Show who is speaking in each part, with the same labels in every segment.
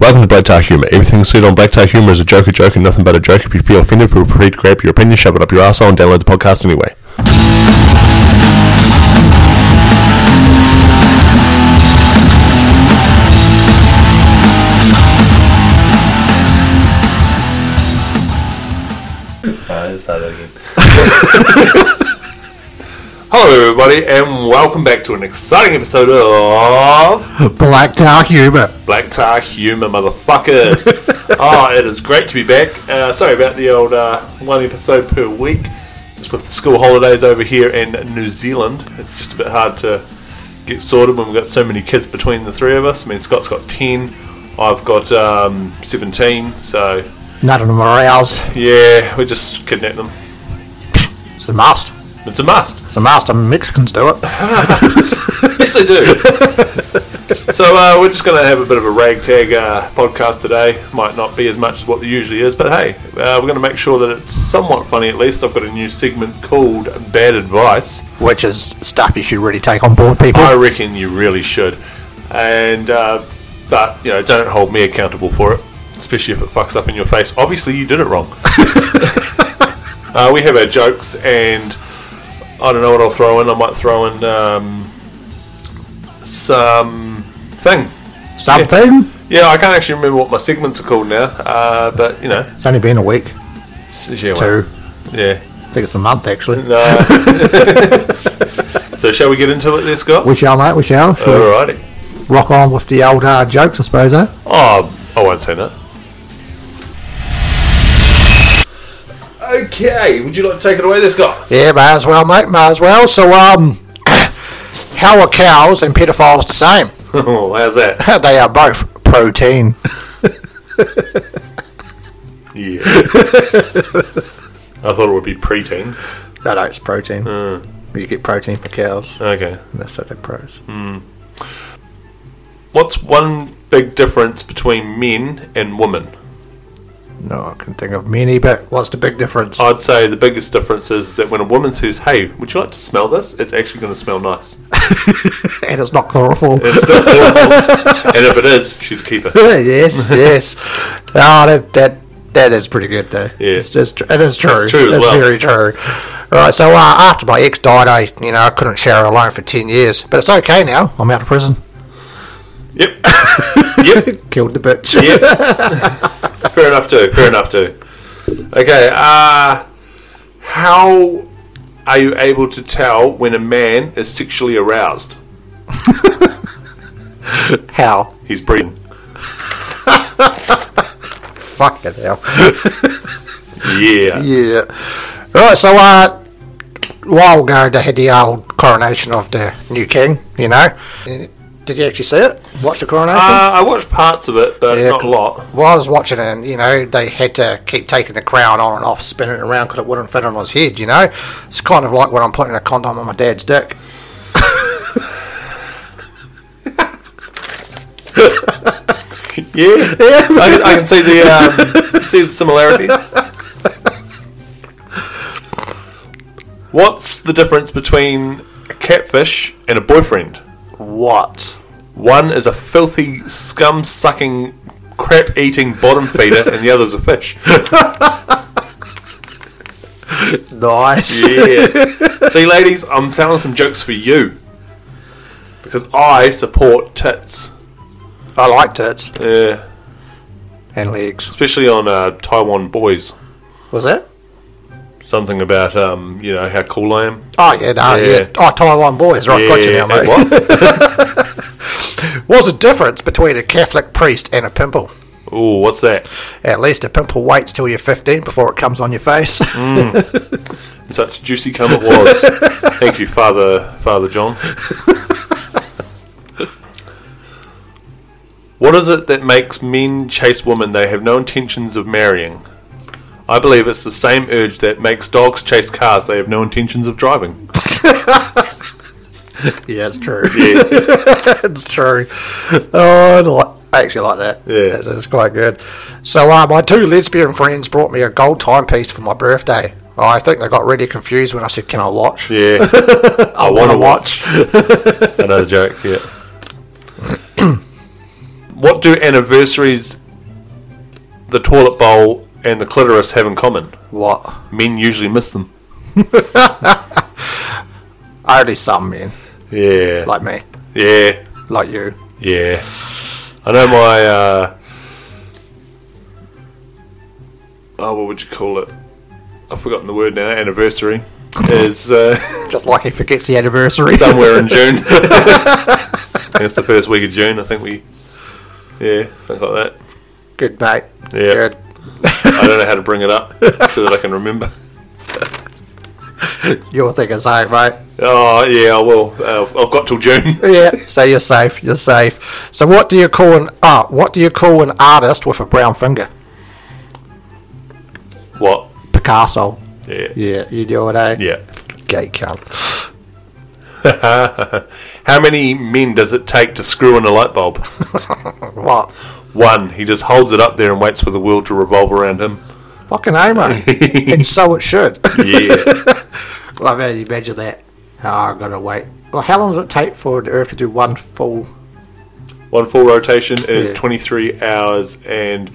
Speaker 1: Welcome to Black Tie Humor. Everything said on Black Tie Humor is a joke, a joke, and nothing but a joke. If you feel offended, feel free to grab your opinion, shove it up your asshole, and download the podcast anyway. Hello, everybody, and welcome back to an exciting episode of
Speaker 2: Black Tar Huber.
Speaker 1: Black Tar Humor, motherfuckers. oh, it is great to be back. Uh, sorry about the old uh, one episode per week. Just with the school holidays over here in New Zealand, it's just a bit hard to get sorted when we've got so many kids between the three of us. I mean, Scott's got 10, I've got um, 17, so
Speaker 2: None of them are ours.
Speaker 1: yeah, we just kidnap them.
Speaker 2: It's a must.
Speaker 1: It's a must.
Speaker 2: It's a must. And Mexicans do it.
Speaker 1: Yes, they do. so uh, we're just going to have a bit of a ragtag uh, podcast today. Might not be as much as what it usually is, but hey, uh, we're going to make sure that it's somewhat funny at least. I've got a new segment called Bad Advice.
Speaker 2: Which is stuff you should really take on board, people.
Speaker 1: I reckon you really should. And uh, but you know, don't hold me accountable for it, especially if it fucks up in your face. Obviously, you did it wrong. uh, we have our jokes, and I don't know what I'll throw in. I might throw in um, some thing.
Speaker 2: Something.
Speaker 1: Yeah, I can't actually remember what my segments are called now. Uh, but you know,
Speaker 2: It's only been a week,
Speaker 1: it's- yeah, well,
Speaker 2: two.
Speaker 1: yeah.
Speaker 2: I think it's a month, actually.
Speaker 1: No. so shall we get into it, there, Scott?
Speaker 2: We shall, mate. We shall. Shall we
Speaker 1: Alrighty.
Speaker 2: rock on with the old uh, jokes, I suppose, eh?
Speaker 1: Oh, I won't say that. Okay, would you like to take it away, this guy?
Speaker 2: Yeah, may as well, mate. May as well. So, um, how are cows and pedophiles the same?
Speaker 1: oh, how's that?
Speaker 2: they are both protein.
Speaker 1: Yeah. I thought it would be preteen.
Speaker 2: No, no, it's protein. You get protein for cows.
Speaker 1: Okay.
Speaker 2: And that's what they're pros.
Speaker 1: What's one big difference between men and women?
Speaker 2: No, I can think of many, but what's the big difference?
Speaker 1: I'd say the biggest difference is that when a woman says, "Hey, would you like to smell this?" It's actually going to smell nice.
Speaker 2: and it's not chloroform.
Speaker 1: It's not horrible. and if it is, she's a keeper.
Speaker 2: yes, yes. Oh, that that that is pretty good though.
Speaker 1: Yeah.
Speaker 2: it's just it is true.
Speaker 1: It's true as well.
Speaker 2: very true. Right, so uh, after my ex died, I you know I couldn't shower alone for ten years, but it's okay now. I'm out of prison.
Speaker 1: Yep. yep.
Speaker 2: Killed the bitch.
Speaker 1: Yep. fair enough too. Fair enough too. Okay. Uh, how are you able to tell when a man is sexually aroused?
Speaker 2: How?
Speaker 1: He's breathing.
Speaker 2: Fuck it hell.
Speaker 1: Yeah.
Speaker 2: yeah. Right, so uh, a while ago they had the old coronation of the new king. You know, did you actually see it? Watch the coronation?
Speaker 1: Uh, I watched parts of it, but
Speaker 2: Yeah,
Speaker 1: not a
Speaker 2: cool.
Speaker 1: lot.
Speaker 2: Well, I was watching it, and you know, they had to keep taking the crown on and off, spinning it around because it wouldn't fit on his head. You know, it's kind of like when I'm putting a condom on my dad's dick.
Speaker 1: Yeah. I, can, I can see the um, see the similarities. What's the difference between a catfish and a boyfriend?
Speaker 2: What?
Speaker 1: One is a filthy, scum sucking, crap eating bottom feeder, and the other's a fish.
Speaker 2: Nice.
Speaker 1: Yeah. See, ladies, I'm telling some jokes for you. Because I support tits.
Speaker 2: I liked it.
Speaker 1: Yeah.
Speaker 2: And legs.
Speaker 1: Especially on uh, Taiwan boys.
Speaker 2: Was it?
Speaker 1: Something about, um, you know, how cool I am.
Speaker 2: Oh yeah, no,
Speaker 1: Yeah.
Speaker 2: yeah. Oh, Taiwan boys, right? Got you now,
Speaker 1: and
Speaker 2: mate.
Speaker 1: what?
Speaker 2: What's the difference between a Catholic priest and a pimple?
Speaker 1: Ooh, what's that?
Speaker 2: At least a pimple waits till you're 15 before it comes on your face.
Speaker 1: Such juicy cum it was. Thank you, Father Father John. what is it that makes men chase women they have no intentions of marrying? I believe it's the same urge that makes dogs chase cars they have no intentions of driving.
Speaker 2: yeah, it's true.
Speaker 1: Yeah.
Speaker 2: It's true. Oh, I, li- I actually like that.
Speaker 1: Yeah.
Speaker 2: That's, that's quite good. So, uh, my two lesbian friends brought me a gold timepiece for my birthday. I think they got really confused when I said, Can I watch?
Speaker 1: Yeah. I want
Speaker 2: wanna
Speaker 1: to watch. Another joke, yeah. What do anniversaries, the toilet bowl, and the clitoris have in common?
Speaker 2: What?
Speaker 1: Men usually miss them.
Speaker 2: Only some men,
Speaker 1: Yeah.
Speaker 2: like me,
Speaker 1: yeah.
Speaker 2: like you.
Speaker 1: Yeah. I know my. Uh, oh, what would you call it? I've forgotten the word now. Anniversary is uh,
Speaker 2: Just like he forgets the anniversary.
Speaker 1: somewhere in June. I think it's the first week of June. I think we. Yeah, something like that.
Speaker 2: Good, mate.
Speaker 1: Yeah.
Speaker 2: Good.
Speaker 1: I don't know how to bring it up so that I can remember.
Speaker 2: Your thing is out, mate.
Speaker 1: Oh yeah, I will. Uh, I've got till June.
Speaker 2: Yeah. So you're safe. You're safe. So what do you call an art? what do you call an artist with a brown finger?
Speaker 1: What?
Speaker 2: Picasso.
Speaker 1: Yeah.
Speaker 2: Yeah, you do it, eh?
Speaker 1: Yeah.
Speaker 2: Gay cunt.
Speaker 1: How many men does it take to screw in a light bulb?
Speaker 2: What?
Speaker 1: One. He just holds it up there and waits for the world to revolve around him.
Speaker 2: Fucking A, mate. and so it should.
Speaker 1: Yeah.
Speaker 2: Love how you imagine that. Oh, I've got to wait. Well, how long does it take for the Earth to do one full?
Speaker 1: One full rotation is
Speaker 2: Yeah.
Speaker 1: 23 hours and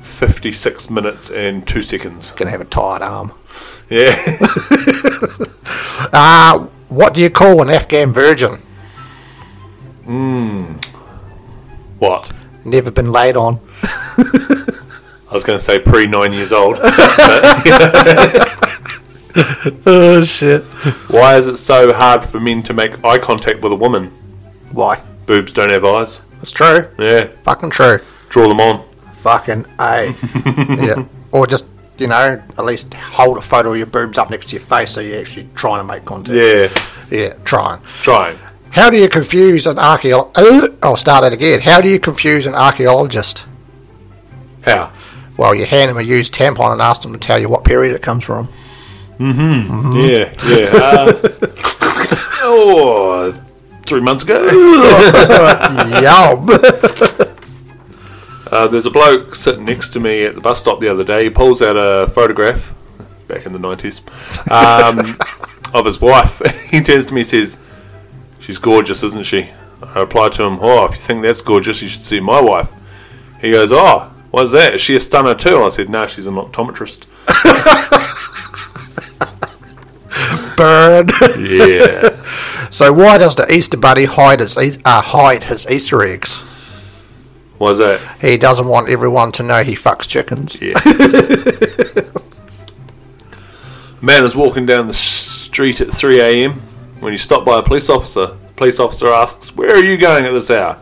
Speaker 1: 56 minutes and 2 seconds.
Speaker 2: Gonna have a tired arm.
Speaker 1: Yeah.
Speaker 2: Ah, what do you call an Afghan virgin?
Speaker 1: what?
Speaker 2: Never been laid on.
Speaker 1: I was going to say pre 9 years old.
Speaker 2: Oh shit.
Speaker 1: Why is it so hard for men to make eye contact with a woman?
Speaker 2: Why?
Speaker 1: Boobs don't have eyes.
Speaker 2: It's true.
Speaker 1: Yeah.
Speaker 2: Fucking true.
Speaker 1: Draw them on.
Speaker 2: Fucking a. yeah. Or just you know, at least hold a photo of your boobs up next to your face so you're actually trying to make contact.
Speaker 1: Yeah.
Speaker 2: Yeah. Trying.
Speaker 1: Try.
Speaker 2: How do you confuse an archaeologist? I'll start that again. How do you confuse an archaeologist?
Speaker 1: How?
Speaker 2: Well, you hand them a used tampon and ask them to tell you what period it comes from. Mm.
Speaker 1: Yeah, yeah. Uh, oh, three months ago.
Speaker 2: Yum.
Speaker 1: Uh, there's a bloke sitting next to me at the bus stop the other day. He pulls out a photograph back in the 90s um, of his wife. he turns to me and says, She's gorgeous, isn't she? I reply to him, Oh, if you think that's gorgeous, you should see my wife. He goes, Oh, what's that? Is she a stunner too? I said, No, she's an optometrist.
Speaker 2: Bird.
Speaker 1: Yeah.
Speaker 2: so why does the Easter Bunny hide his Eas- uh, hide his Easter eggs?
Speaker 1: what's that?
Speaker 2: He doesn't want everyone to know he fucks chickens.
Speaker 1: Yeah. Man is walking down the street at 3 a.m. when he's stopped by a police officer. The police officer asks, Where are you going at this hour?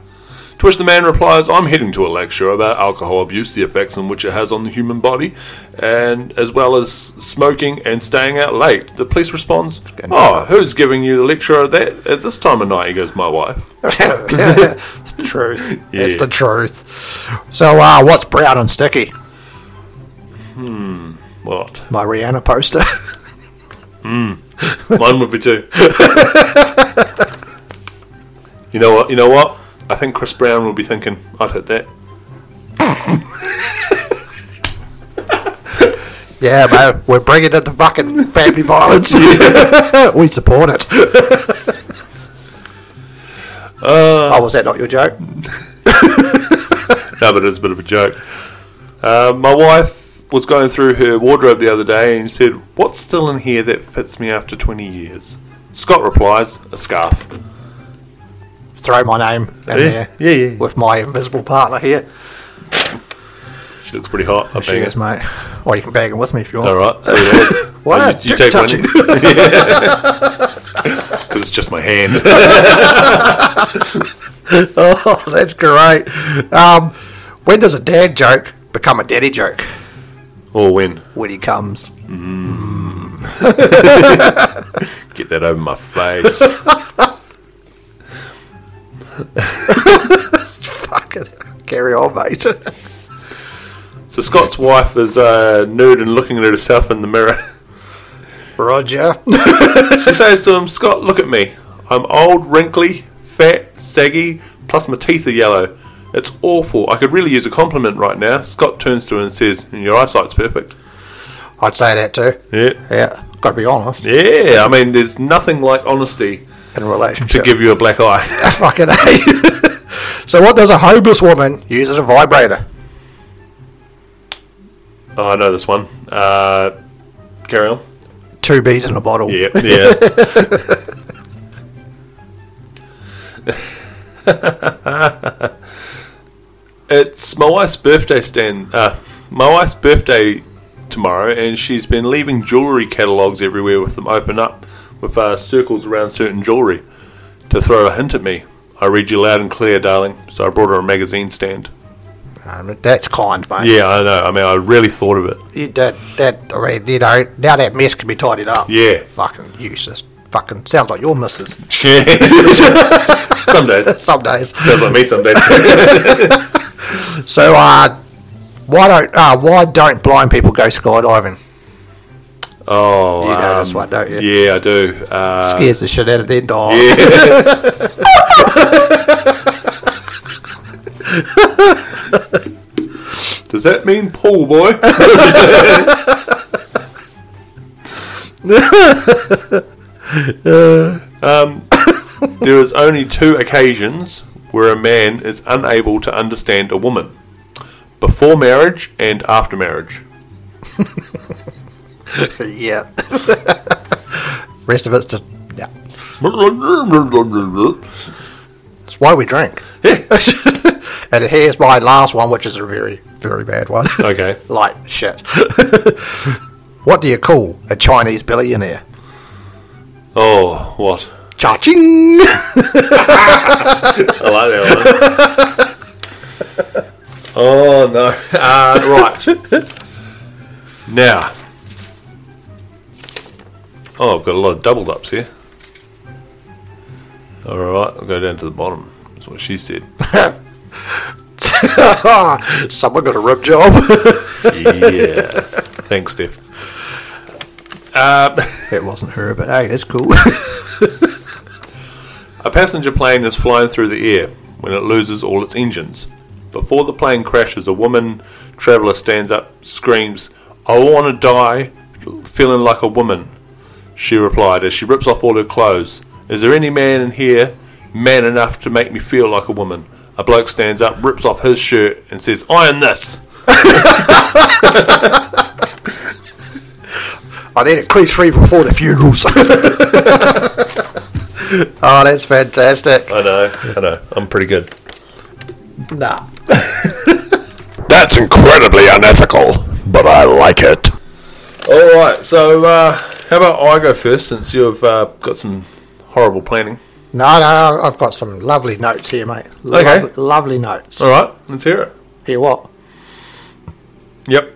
Speaker 1: To which the man replies, I'm heading to a lecture about alcohol abuse, the effects on which it has on the human body, and as well as smoking and staying out late. The police responds, Oh, who's giving you the lecture at, that, at this time of night? He goes, My wife.
Speaker 2: it's the truth. It's
Speaker 1: Yeah.
Speaker 2: the truth. So uh, what's brown and sticky?
Speaker 1: What?
Speaker 2: My Rihanna poster.
Speaker 1: Mine would be too. you know what? You know what? I think Chris Brown will be thinking, "I'd hit that."
Speaker 2: yeah, man. We're bringing in the fucking family violence. we support it.
Speaker 1: Uh,
Speaker 2: oh, was that not your joke?
Speaker 1: No, but it's a bit of a joke. Uh, my wife was going through her wardrobe the other day and said, "What's still in here that fits me after 20 years?" Scott replies, "A scarf." Eh?
Speaker 2: Throw my name in there
Speaker 1: yeah, yeah.
Speaker 2: with my invisible partner here.
Speaker 1: She looks pretty hot. I
Speaker 2: She
Speaker 1: think.
Speaker 2: is, mate. Or you can bag it with me if you want.
Speaker 1: All right. So it was.
Speaker 2: Why
Speaker 1: Oh,
Speaker 2: not? Dick touching.
Speaker 1: Because it's just my hand.
Speaker 2: Oh, that's great. Um, when does a dad joke become a daddy joke?
Speaker 1: or when.
Speaker 2: When he comes.
Speaker 1: Get that over my face.
Speaker 2: Fuck it. Carry on, mate.
Speaker 1: So Scott's wife is uh, nude and looking at herself in the mirror.
Speaker 2: Roger.
Speaker 1: she says to him, "Scott, look at me. I'm old, wrinkly, fat, saggy. Plus my teeth are yellow. It's awful. I could really use a compliment right now." Scott turns to her and says, "Your eyesight's perfect."
Speaker 2: I'd say that too.
Speaker 1: Yeah.
Speaker 2: Yeah. Got to be honest
Speaker 1: Yeah, I mean, there's nothing like honesty
Speaker 2: in a
Speaker 1: to
Speaker 2: relationship.
Speaker 1: give you a black eye.
Speaker 2: Fucking A. So what does a homeless woman use as a vibrator?
Speaker 1: Oh, I know this one. Uh, carry on.
Speaker 2: Two bees in a bottle.
Speaker 1: Yeah, yeah. it's my wife's birthday stand. Uh, my wife's birthday tomorrow, and she's been leaving jewellery catalogues everywhere with them open up with uh, circles around certain jewellery to throw a hint at me. I read you loud and clear, darling. So I brought her a magazine stand.
Speaker 2: Um, that's kind, mate.
Speaker 1: Yeah, I know. I mean, I really thought of it.
Speaker 2: You- That, that, I mean, you know, now that mess can be tidied up.
Speaker 1: Yeah.
Speaker 2: Fucking useless. Fucking sounds like your missus
Speaker 1: some days.
Speaker 2: some days.
Speaker 1: Sounds like me some days.
Speaker 2: So, uh, why don't uh, why don't blind people go skydiving?
Speaker 1: Oh,
Speaker 2: You know this
Speaker 1: um,
Speaker 2: one, don't you?
Speaker 1: Yeah, I do. Uh,
Speaker 2: Scares the shit out of their dog.
Speaker 1: yeah. Does that mean pool boy? um, there is only two occasions where a man is unable to understand a woman before marriage and after marriage.
Speaker 2: yeah. Rest of it's just yeah. It's why we drink. and here's my last one, which is a very very bad one.
Speaker 1: Okay.
Speaker 2: like shit. what do you call a Chinese billionaire?
Speaker 1: Oh, what?
Speaker 2: Cha-ching!
Speaker 1: I like that one. oh no! Uh, right now. Oh, I've got a lot of doubles ups here. All right, I'll go down to the bottom. That's what she said.
Speaker 2: Someone got a rib job.
Speaker 1: yeah. Thanks, Steph. Um,
Speaker 2: it wasn't her, but hey, that's cool.
Speaker 1: A passenger plane is flying through the air when it loses all its engines. Before the plane crashes, a woman traveller stands up, screams, I want to die, feeling like a woman, she replied as she rips off all her clothes. Is there any man in here man enough to make me feel like a woman? A bloke stands up, rips off his shirt, and says, Iron this!
Speaker 2: I need a clean three before the funerals. oh, that's fantastic.
Speaker 1: I know, I know, I'm pretty good.
Speaker 2: Nah.
Speaker 3: That's incredibly unethical, but I like it.
Speaker 1: Alright, so uh, how about I go first since you've uh, got some horrible planning?
Speaker 2: No, no, I've got some lovely notes here, mate.
Speaker 1: Okay.
Speaker 2: Lovely, lovely notes.
Speaker 1: Alright, let's hear it.
Speaker 2: Hear what?
Speaker 1: Yep.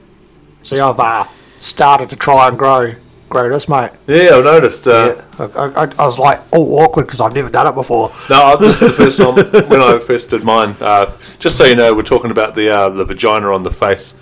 Speaker 2: See, I've uh, started to try and grow grow this, mate.
Speaker 1: Yeah, I've noticed. Uh,
Speaker 2: Yeah. I, I, I was like all awkward because I've never done it before.
Speaker 1: No, I- this is the first time when I first did mine. Uh, just so you know, we're talking about the uh, the vagina on the face,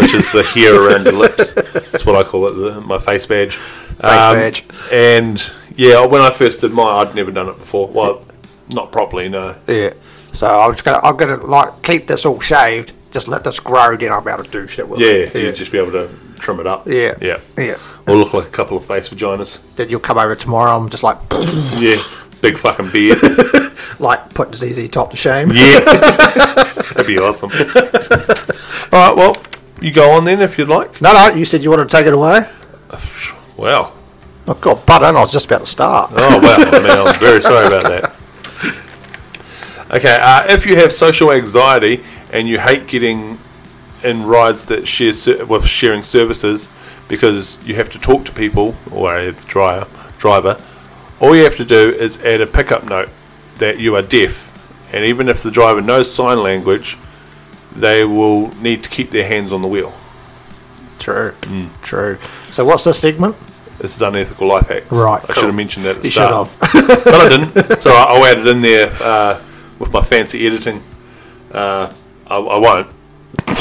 Speaker 1: which is the hair around your lips. That's what I call it, the, my face badge. Face
Speaker 2: badge.
Speaker 1: And yeah, when I first did mine, I'd never done it before. Well, not properly, no.
Speaker 2: Yeah. So I'm just gonna I'm gonna like keep this all shaved. Just let this grow, then I'll be able to do shit with
Speaker 1: Yeah,
Speaker 2: it.
Speaker 1: you'd just be able to trim it up.
Speaker 2: Yeah.
Speaker 1: yeah,
Speaker 2: Yeah.
Speaker 1: Or look like a couple of face vaginas.
Speaker 2: Then you'll come over tomorrow. I'm just like
Speaker 1: Yeah, big fucking beard.
Speaker 2: like putting ZZ Top to shame.
Speaker 1: Yeah, that'd be awesome. All right, well, you go on then if you'd like.
Speaker 2: No, no. You said you wanted to take it away.
Speaker 1: Wow.
Speaker 2: I've got butt in. I was just about to start.
Speaker 1: Oh wow! I mean, I'm very sorry about that. Okay, uh, if you have social anxiety and you hate getting in rides that share ser- with sharing services because you have to talk to people or a driver, driver, all you have to do is add a pickup note that you are deaf, and even if the driver knows sign language, they will need to keep their hands on the wheel.
Speaker 2: True. Mm, True. So what's this segment?
Speaker 1: This is unethical life hacks.
Speaker 2: Right,
Speaker 1: I
Speaker 2: cool.
Speaker 1: should have mentioned that. At the
Speaker 2: You should
Speaker 1: start.
Speaker 2: have.
Speaker 1: but I didn't. So I'll add it in there uh, with my fancy editing. Uh, I, I won't.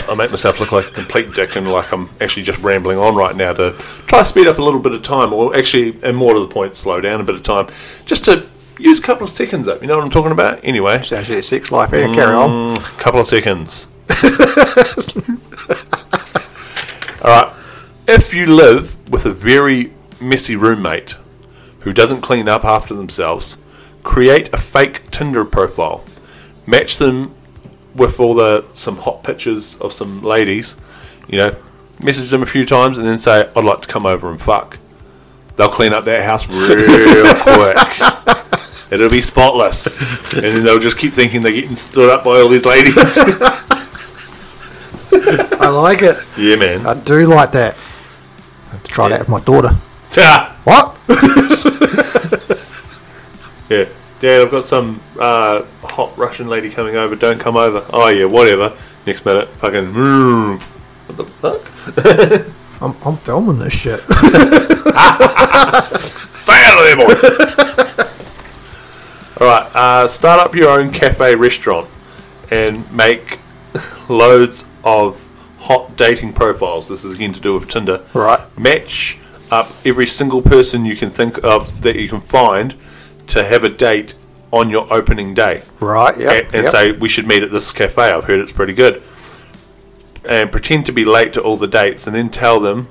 Speaker 1: I make myself look like a complete dick and like I'm actually just rambling on right now to try to speed up a little bit of time, or actually, and more to the point, slow down a bit of time, just to use a couple of seconds up. You know what I'm talking about? Anyway,
Speaker 2: It's actually a sex life here. Carry
Speaker 1: a
Speaker 2: on.
Speaker 1: Mm, couple of seconds. All right. If you live with a very messy roommate who doesn't clean up after themselves, create a fake Tinder profile. match them with all the some hot pictures of some ladies, you know, message them a few times, and then say, "I'd like to come over and fuck." They'll clean up that house real quick. It'll be spotless, and then they'll just keep thinking they're getting stood up by all these ladies.
Speaker 2: I like it.
Speaker 1: yeah, man.
Speaker 2: I do like that. I have to try that with my daughter.
Speaker 1: Ta!
Speaker 2: What?
Speaker 1: Yeah. Dad, I've got some uh, hot Russian lady coming over. Don't come over. Oh, yeah, whatever. Next minute, fucking. "Mm." What the fuck?
Speaker 2: I'm, I'm filming this shit.
Speaker 1: Stay out of there, boy! Alright, uh, start up your own cafe restaurant and make loads of hot dating profiles. This is again to do with Tinder.
Speaker 2: Right.
Speaker 1: Match up every single person you can think of that you can find to have a date on your opening day.
Speaker 2: right, yeah.
Speaker 1: and, and say we should meet at this cafe. I've heard it's pretty good. And pretend to be late to all the dates, and then tell them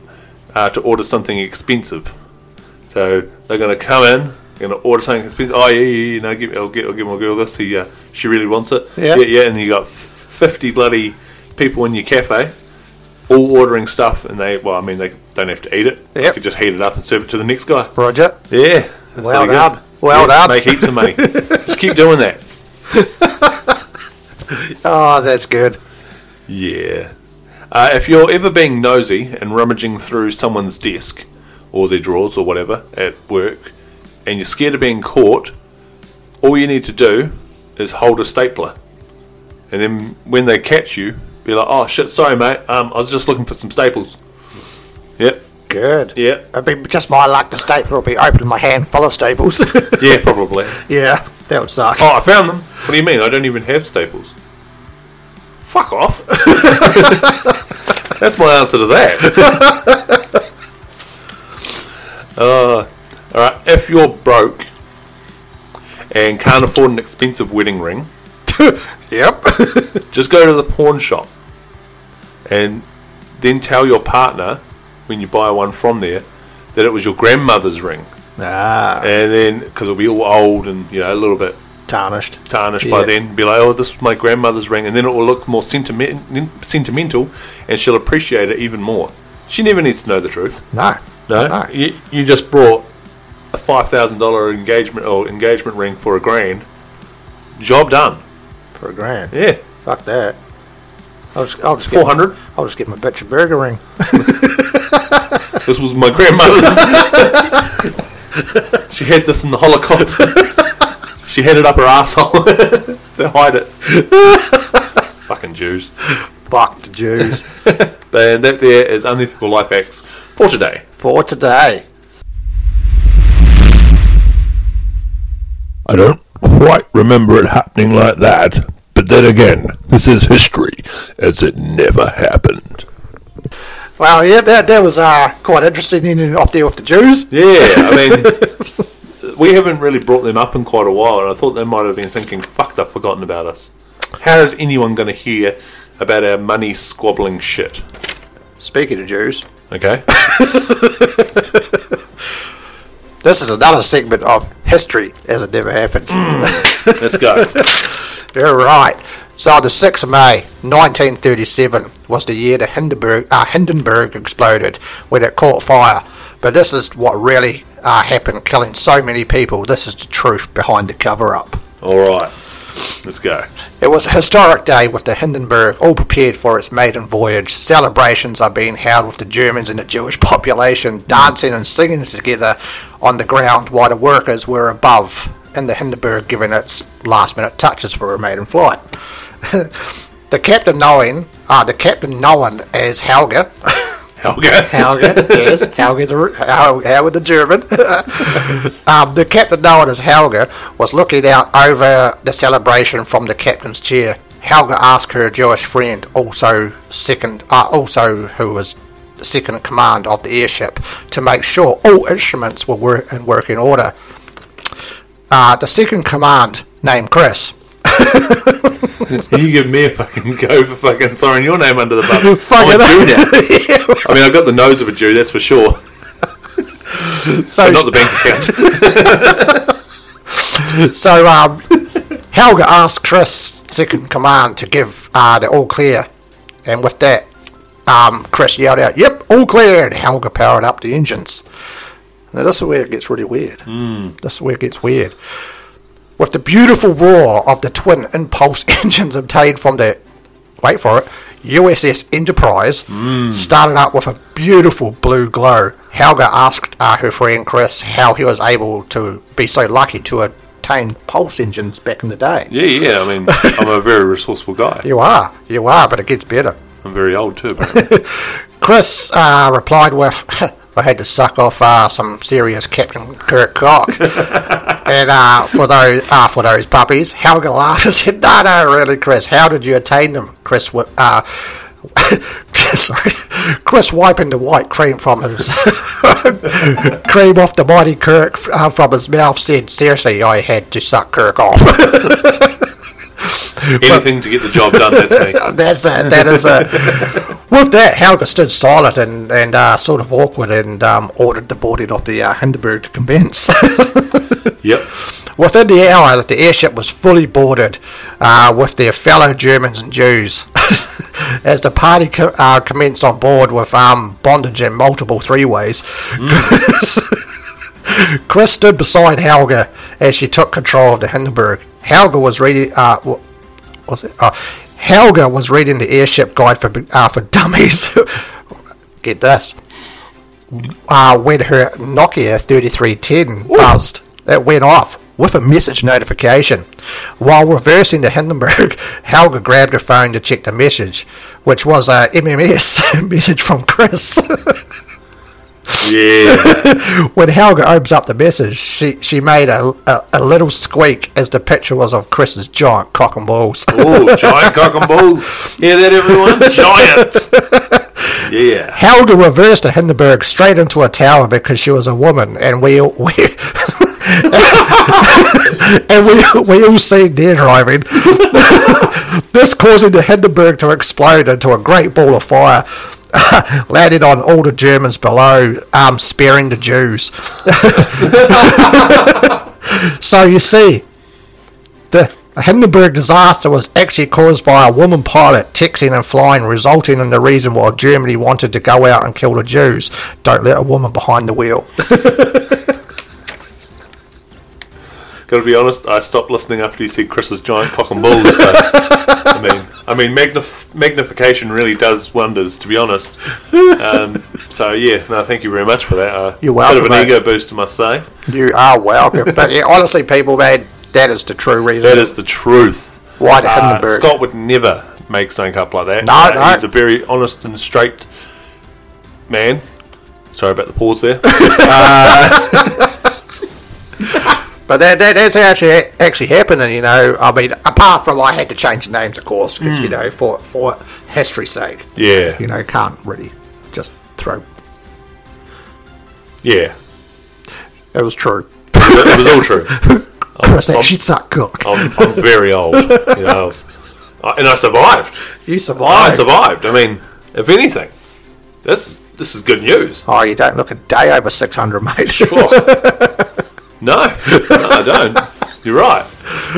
Speaker 1: uh, to order something expensive. So they're going to come in, going to order something expensive. Oh yeah, yeah, yeah. No, give, I'll, get, I'll give my girl this. He, uh, she really wants it.
Speaker 2: Yeah.
Speaker 1: yeah, yeah. And you got fifty bloody people in your cafe, all ordering stuff, and they well, I mean, they don't have to eat it. They
Speaker 2: Yep.
Speaker 1: could just heat it up and serve it to the next guy.
Speaker 2: Roger.
Speaker 1: Yeah.
Speaker 2: Well
Speaker 1: Pretty good.
Speaker 2: done. Well
Speaker 1: Yeah,
Speaker 2: done.
Speaker 1: Make heaps of money. just keep doing that.
Speaker 2: Oh, that's good.
Speaker 1: Yeah. Uh, if you're ever being nosy and rummaging through someone's desk or their drawers or whatever at work and you're scared of being caught, all you need to do is hold a stapler. And then when they catch you, be like, oh shit, sorry mate, um, I was just looking for some staples. Yep,
Speaker 2: Good.
Speaker 1: yep,
Speaker 2: It'd be just my luck. The staple will be opening my hand full of staples.
Speaker 1: yeah, probably.
Speaker 2: yeah, that would suck.
Speaker 1: Oh, I found them. What do you mean? I don't even have staples. Fuck off. That's my answer to that. uh, all right. If you're broke and can't afford an expensive wedding ring,
Speaker 2: Yep.
Speaker 1: just go to the pawn shop and then tell your partner when you buy one from there that it was your grandmother's ring.
Speaker 2: ah,
Speaker 1: And then, because it'll be all old and, you know, a little bit
Speaker 2: tarnished.
Speaker 1: tarnished by
Speaker 2: Yeah.
Speaker 1: then. Be like, oh, this was my grandmother's ring, and then it will look more sentiment- sentimental, and she'll appreciate it even more. She never needs to know the truth.
Speaker 2: No.
Speaker 1: No, you, you just brought a five thousand dollar engagement or engagement ring for a grand. Job done.
Speaker 2: For a grand.
Speaker 1: Yeah,
Speaker 2: Fuck that. I'll just, I'll just
Speaker 1: four
Speaker 2: get
Speaker 1: hundred.
Speaker 2: I'll just get my bitch a burger ring.
Speaker 1: This was my grandmother's. she had this in the Holocaust. she had it up her asshole to hide it. Fucking Jews.
Speaker 2: Fuck the Jews.
Speaker 1: And that there is unethical life hacks for today.
Speaker 2: For today.
Speaker 3: I don't quite remember it happening like that, but then again, this is history, as it never happened.
Speaker 2: Well, yeah, that, that was uh, quite interesting in and off there with the Jews.
Speaker 1: Yeah, I mean, we haven't really brought them up in quite a while, and I thought they might have been thinking, fuck, they've forgotten about us. How is anyone going to hear about our money squabbling shit?
Speaker 2: Speaking of Jews,
Speaker 1: Okay?
Speaker 2: this is another segment of history as it never happened.
Speaker 1: Let's go.
Speaker 2: You're right. So the 6th of May, 1937, was the year the Hindenburg, uh, Hindenburg exploded when it caught fire. But this is what really uh, happened, killing so many people. This is the truth behind the cover-up.
Speaker 1: Alright. Let's go.
Speaker 2: It was a historic day with the Hindenburg all prepared for its maiden voyage. Celebrations are being held with the Germans and the Jewish population dancing and singing together on the ground while the workers were above and the Hindenburg giving its last minute touches for her maiden flight. the captain knowing uh, the captain known as Helga
Speaker 1: Okay.
Speaker 2: Helga, yes, Helga the, Hel- Helga the German. um, the captain, known as Helga, was looking out over the celebration from the captain's chair. Helga asked her Jewish friend, also second, uh, also who was second in command of the airship, to make sure all instruments were wor- in working order. Uh, the second command, named Chris.
Speaker 1: You give me a fucking go for fucking throwing your name under the bus.
Speaker 2: Fuck
Speaker 1: I'm
Speaker 2: it
Speaker 1: a
Speaker 2: up.
Speaker 1: Jew now. I mean, I've got the nose of a Jew, that's for sure.
Speaker 2: So
Speaker 1: But not the bank account.
Speaker 2: So um, Helga asked Chris, second command, to give uh, the all clear, and with that, um, Chris yelled out, "Yep, all clear!" And Helga powered up the engines. Now this is where it gets really weird. Mm. This is where it gets weird. With the beautiful roar of the twin impulse engines obtained from the wait for it USS Enterprise, started up with a beautiful blue glow. Helga asked uh, her friend Chris how he was able to be so lucky to obtain pulse engines back in the day.
Speaker 1: Yeah, yeah. I mean, I'm a very resourceful guy.
Speaker 2: You are, you are, but it gets better.
Speaker 1: I'm very old too. But
Speaker 2: Chris uh, replied with, I had to suck off uh, some serious Captain Kirk cock. and uh, for, those, uh, for those puppies, Helga laughed and said, No, no, really, Chris, how did you attain them? Chris, wi- uh, sorry, Chris wiping the white cream from his cream off the mighty Kirk uh, from his mouth said, Seriously, I had to suck Kirk off.
Speaker 1: anything to get the job done. That's me.
Speaker 2: Oh, That's it. That is it. With that, Helga stood silent and, and uh, sort of awkward and um, ordered the boarding of the uh, Hindenburg to commence.
Speaker 1: Yep.
Speaker 2: Within the hour, that the airship was fully boarded uh, with their fellow Germans and Jews. As the party co- uh, commenced on board with um, bondage and multiple three ways, Chris stood beside Helga as she took control of the Hindenburg. Helga was reading. Uh, wa- was it? Uh, Helga was reading the airship guide for uh, for dummies. Get this. Uh, when her Nokia 3310 buzzed, it went off with a message notification. While reversing the Hindenburg, Helga grabbed her phone to check the message, which was a MMS message from Chris.
Speaker 1: Yeah.
Speaker 2: When Helga opens up the message, she, she made a, a, a little squeak as the picture was of Chris's giant cock and balls.
Speaker 1: Oh, giant cock and balls. Hear that, everyone? Giant. Yeah.
Speaker 2: Helga reversed the Hindenburg straight into a tower because she was a woman, and we all, we and we we all seen their driving. this causing the Hindenburg to explode into a great ball of fire. landed on all the Germans below, um, sparing the Jews. so you see, the Hindenburg disaster was actually caused by a woman pilot texting and flying, resulting in the reason why Germany wanted to go out and kill the Jews. Don't let a woman behind the wheel.
Speaker 1: Gotta be honest, I stopped listening after you said Chris's giant cock and balls. But, I mean, I mean, magnif- magnification really does wonders, to be honest. Um, so yeah, no, thank you very much for that. Uh,
Speaker 2: You're welcome,
Speaker 1: Bit of an
Speaker 2: mate.
Speaker 1: ego boost, I must say.
Speaker 2: you are welcome. But yeah, honestly, people, man, that is the true reason
Speaker 1: That is the truth.
Speaker 2: why the
Speaker 1: Uh,
Speaker 2: Hindenburg.
Speaker 1: Scott would never make something up like that. Uh,
Speaker 2: No, no.
Speaker 1: He's a very honest and straight man. Sorry about the pause there.
Speaker 2: But that, that that's actually actually happening, you know. I mean, apart from I had to change the names, of course, 'cause,
Speaker 1: Hmm.
Speaker 2: you know, for for history's sake,
Speaker 1: yeah,
Speaker 2: you know, can't really just throw.
Speaker 1: yeah.
Speaker 2: It was true.
Speaker 1: It was all true.
Speaker 2: Chris actually sucked cock.
Speaker 1: I'm, I'm very old, you know, I- and I survived.
Speaker 2: You
Speaker 1: I
Speaker 2: survived.
Speaker 1: survived. I mean, if anything, this this is good news.
Speaker 2: Oh, you don't look a day over 600, mate.
Speaker 1: Sure. no, no, I don't. You're right.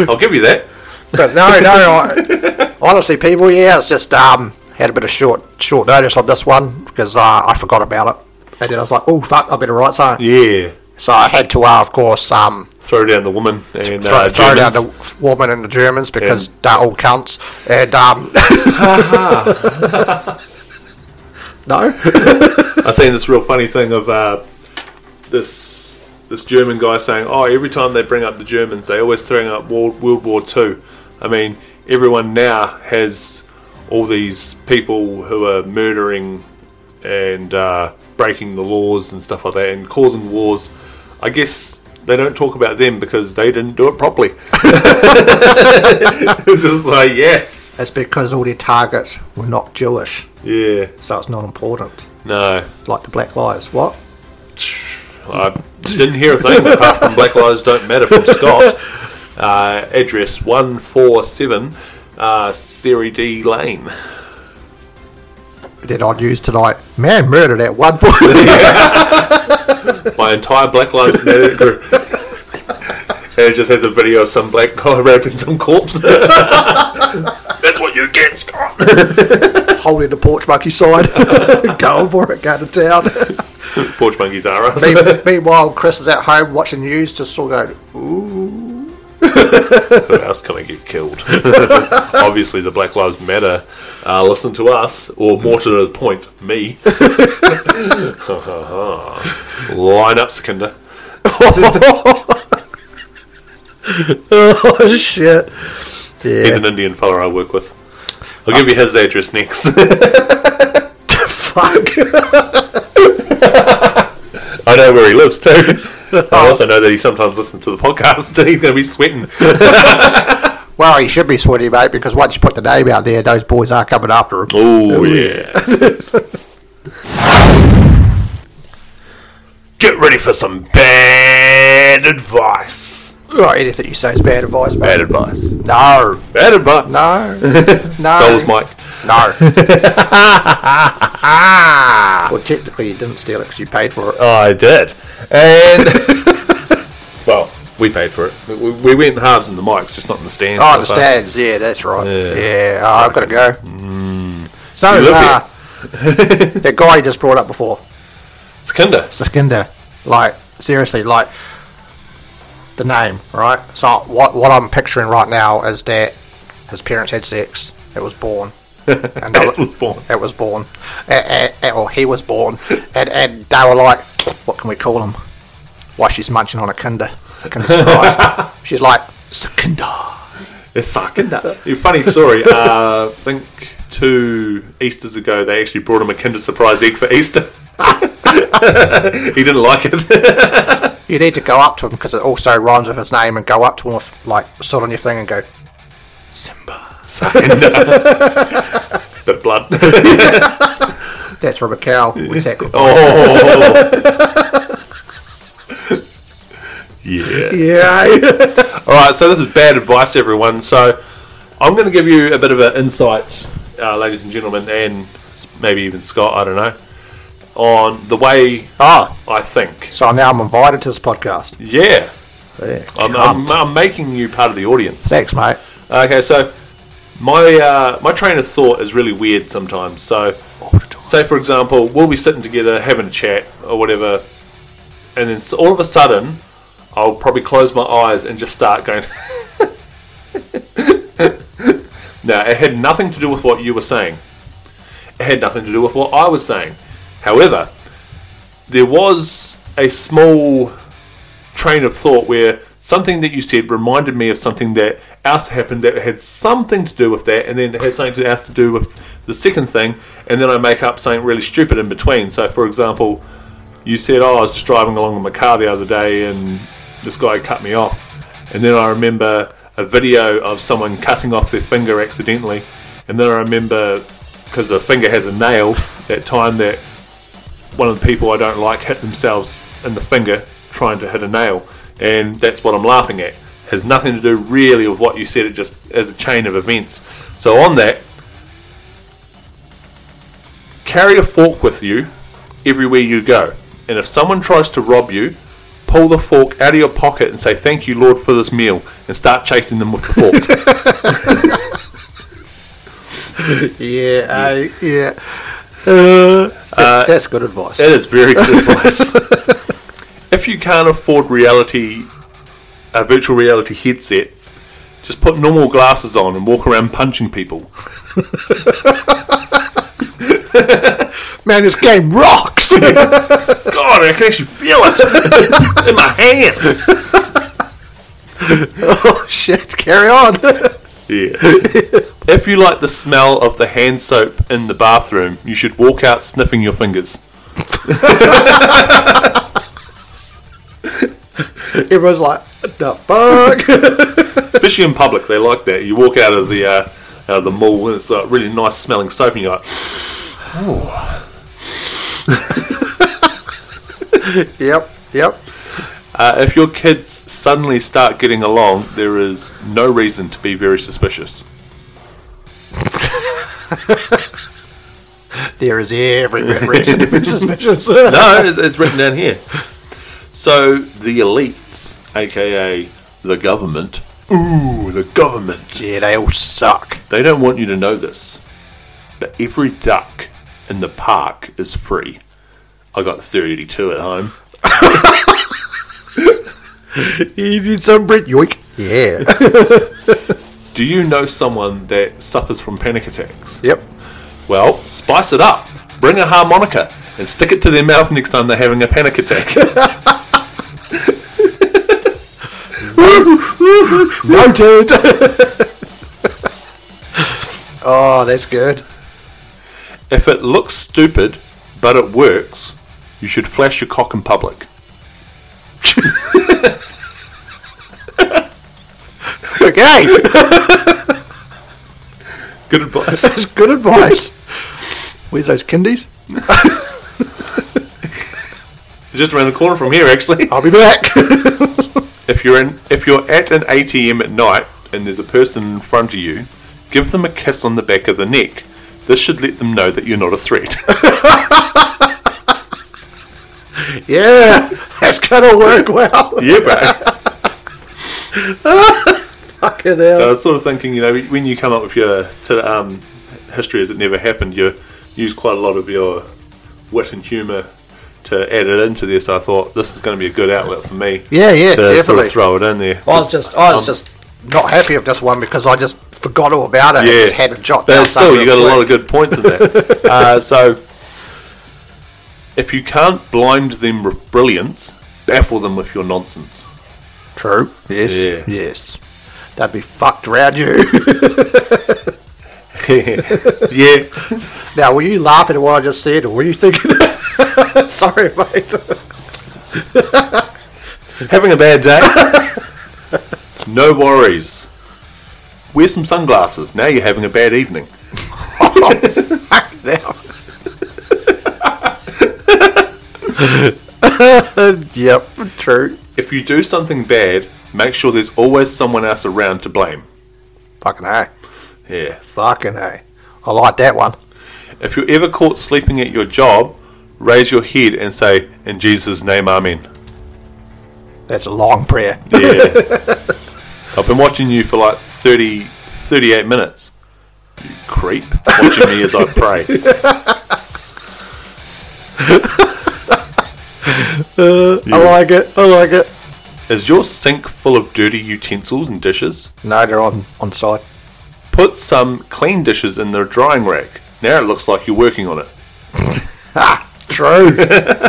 Speaker 1: I'll give you that.
Speaker 2: but no, no. I, honestly, people, yeah, it's just um had a bit of short short notice on this one because uh, I forgot about it, and then I was like, oh fuck, I better write something.
Speaker 1: Yeah.
Speaker 2: So I had to, uh, of course, um
Speaker 1: Throw down the woman and
Speaker 2: throw,
Speaker 1: uh,
Speaker 2: throw down
Speaker 1: Germans.
Speaker 2: the woman and the Germans because they're all cunts, and um. no,
Speaker 1: I've seen this real funny thing of uh, this this German guy saying, "Oh, every time they bring up the Germans, they always bring up World, World War Two. I mean, everyone now has all these people who are murdering and uh, breaking the laws and stuff like that and causing wars. I guess they don't talk about them because they didn't do it properly. it's just like yes,
Speaker 2: that's because all their targets were not Jewish,
Speaker 1: yeah,
Speaker 2: so it's not important.
Speaker 1: no,
Speaker 2: Like the Black Lives, what?
Speaker 1: I didn't hear a thing apart from Black Lives Don't Matter from Scott. Uh, address 147 uh, Siri D Lane.
Speaker 2: Did I use tonight? Man, murder that one for.
Speaker 1: My entire Black Lives Matter group. And it just has a video of some black guy raping some corpse. That's what you get, Scott.
Speaker 2: holding the porch monkey side, going for it, going to town.
Speaker 1: Porch monkeys are us.
Speaker 2: Me- Meanwhile, Chris is at home watching news, just sort of going,
Speaker 1: Who else can I get killed? Obviously, the Black Lives Matter uh, listen to us, or more to the point, me. Line up, Sekinda.
Speaker 2: oh shit.
Speaker 1: He's
Speaker 2: Yeah,
Speaker 1: an Indian fella I work with. I'll give you his address next.
Speaker 2: fuck.
Speaker 1: I know where he lives too. Ah. I also know that he sometimes listens to the podcast and he's going to be sweating.
Speaker 2: well, you should be sweaty, mate, because once you put the name out there, those boys are coming after him.
Speaker 1: Oh, yeah. Get ready for some bad advice.
Speaker 2: Right, anything you say is bad advice, mate.
Speaker 1: Mm-hmm. Bad advice.
Speaker 2: No,
Speaker 1: Bad advice.
Speaker 2: no,
Speaker 1: That was
Speaker 2: no,
Speaker 1: Mike.
Speaker 2: no. well, technically, you didn't steal it because you paid for it.
Speaker 1: I did. And, well, we paid for it. We, we went in halves in the mics, just not in the stands.
Speaker 2: Oh,
Speaker 1: So
Speaker 2: the
Speaker 1: far.
Speaker 2: stands. Yeah, that's right.
Speaker 1: Yeah.
Speaker 2: Yeah, oh, I've got to go. So,
Speaker 1: You live
Speaker 2: uh, that guy you just brought up before,
Speaker 1: It's Kinder.
Speaker 2: Sakinda, like, seriously, like, the name, right? So, what, what I'm picturing right now is that his parents had sex, it was born. And they
Speaker 1: It
Speaker 2: were-
Speaker 1: was born.
Speaker 2: It was born. And, and, or he was born. And, and they were like, what can we call him? Why she's munching on a Kinder. Kinder surprise. she's like, Sakinda.
Speaker 1: It's Sakinda. Funny story. uh, I think two Easters ago, they actually brought him a Kinder Surprise egg for Easter. he didn't like it.
Speaker 2: You need to go up to him because it also rhymes with his name and go up to him with, like, sit on your thing and go, Simba.
Speaker 1: the blood.
Speaker 2: That's from a cow. We sacrifice.
Speaker 1: oh. yeah.
Speaker 2: Yeah.
Speaker 1: All right, so this is bad advice, everyone. So I'm going to give you a bit of an insight, uh, ladies and gentlemen, and maybe even Scott. I don't know on the way
Speaker 2: oh,
Speaker 1: I think.
Speaker 2: so now I'm invited to this podcast.
Speaker 1: Yeah, I'm, I'm, I'm making you part of the audience.
Speaker 2: Thanks, mate.
Speaker 1: Okay, so my uh, my train of thought is really weird sometimes. So, say for example, we'll be sitting together having a chat or whatever, and then s- all of a sudden, I'll probably close my eyes and just start going. no, it had nothing to do with what you were saying. It had nothing to do with what I was saying. However, there was a small train of thought where something that you said reminded me of something that else happened that had something to do with that, and then it had something else to do with the second thing, and then I make up something really stupid in between. So, for example, you said, "Oh, I was just driving along in my car the other day, and this guy cut me off," and then I remember a video of someone cutting off their finger accidentally, and then I remember because the finger has a nail that time that one of the people I don't like hit themselves in the finger trying to hit a nail, and that's what I'm laughing at. Has nothing to do really with what you said. It just as a chain of events. So on that, carry a fork with you everywhere you go, and if someone tries to rob you, pull the fork out of your pocket and say thank you, Lord, for this meal, and start chasing them with the fork.
Speaker 2: Yeah, Uh, I, yeah.
Speaker 1: uh,
Speaker 2: that's, that's good advice.
Speaker 1: That is very good advice. if you can't afford reality, a virtual reality headset, just put normal glasses on and walk around punching people.
Speaker 2: Man, this game rocks.
Speaker 1: God, I can actually feel it in my hand.
Speaker 2: oh, shit. Carry on.
Speaker 1: Yeah. if you like the smell of the hand soap in the bathroom, you should walk out sniffing your fingers.
Speaker 2: Everyone's like, "What the fuck?
Speaker 1: Especially in public, they like that. You walk out of the uh, out of the mall and it's like really nice smelling soap, and you're like,
Speaker 2: yep, yep.
Speaker 1: Uh, if your kids suddenly start getting along, there is no reason to be very suspicious.
Speaker 2: There is every reason to be suspicious.
Speaker 1: No, it's, it's written down here. So the elites, aka the government. Ooh, the government.
Speaker 2: Yeah, they all suck.
Speaker 1: They don't want you to know this, but every duck in the park is free. I got 32 at home.
Speaker 2: You did some Brent yoink. Yeah.
Speaker 1: Do you know someone that suffers from panic attacks?
Speaker 2: yep.
Speaker 1: Well, spice it up. Bring a harmonica and stick it to their mouth next time they're having a panic attack.
Speaker 2: Noted. oh, that's good.
Speaker 1: If it looks stupid, but it works, you should flash your cock in public.
Speaker 2: Okay.
Speaker 1: Good advice.
Speaker 2: that's good advice. Where's those kindies?
Speaker 1: Just around the corner from here, actually.
Speaker 2: I'll be back.
Speaker 1: If you're in, if you're at an ATM at night and there's a person in front of you, give them a kiss on the back of the neck. This should let them know that you're not a threat.
Speaker 2: yeah. That's gonna work well.
Speaker 1: yeah, bro.
Speaker 2: Fucking
Speaker 1: I
Speaker 2: hell.
Speaker 1: was sort of thinking, you know, when you come up with your to, um, history as it never happened, you use quite a lot of your wit and humour to add it into this. I thought this is going to be a good outlet for me.
Speaker 2: Yeah,
Speaker 1: to
Speaker 2: yeah,
Speaker 1: sort of
Speaker 2: definitely.
Speaker 1: throw it in there.
Speaker 2: I was just, I was
Speaker 1: Um,
Speaker 2: just not happy with this one because I just forgot all about it. and
Speaker 1: yeah,
Speaker 2: just had to jot
Speaker 1: but
Speaker 2: down
Speaker 1: still,
Speaker 2: something
Speaker 1: you got a
Speaker 2: real
Speaker 1: lot
Speaker 2: quick.
Speaker 1: of good points in there. uh, so, if you can't blind them with brilliance, baffle them with your nonsense.
Speaker 2: True. Yes.
Speaker 1: Yeah.
Speaker 2: Yes. That'd be fucked around you.
Speaker 1: yeah,
Speaker 2: now, were you laughing at what I just said, or were you thinking? Sorry, mate.
Speaker 1: having a bad day. no worries. Wear some sunglasses. Now you're having a bad evening.
Speaker 2: yep. True.
Speaker 1: If you do something bad, make sure there's always someone else around to blame.
Speaker 2: Fucking hey.
Speaker 1: Yeah.
Speaker 2: Fucking hey. I like that one.
Speaker 1: If you're ever caught sleeping at your job, raise your head and say, "In Jesus' name, Amen."
Speaker 2: That's a long prayer.
Speaker 1: Yeah. I've been watching you for like 30, 38 minutes. You creep. Watching me as I pray.
Speaker 2: I like it. I like it.
Speaker 1: Is your sink full of dirty utensils and dishes?
Speaker 2: No, they're on on side.
Speaker 1: Put some clean dishes in the drying rack. Now it looks like you're working on it.
Speaker 2: True.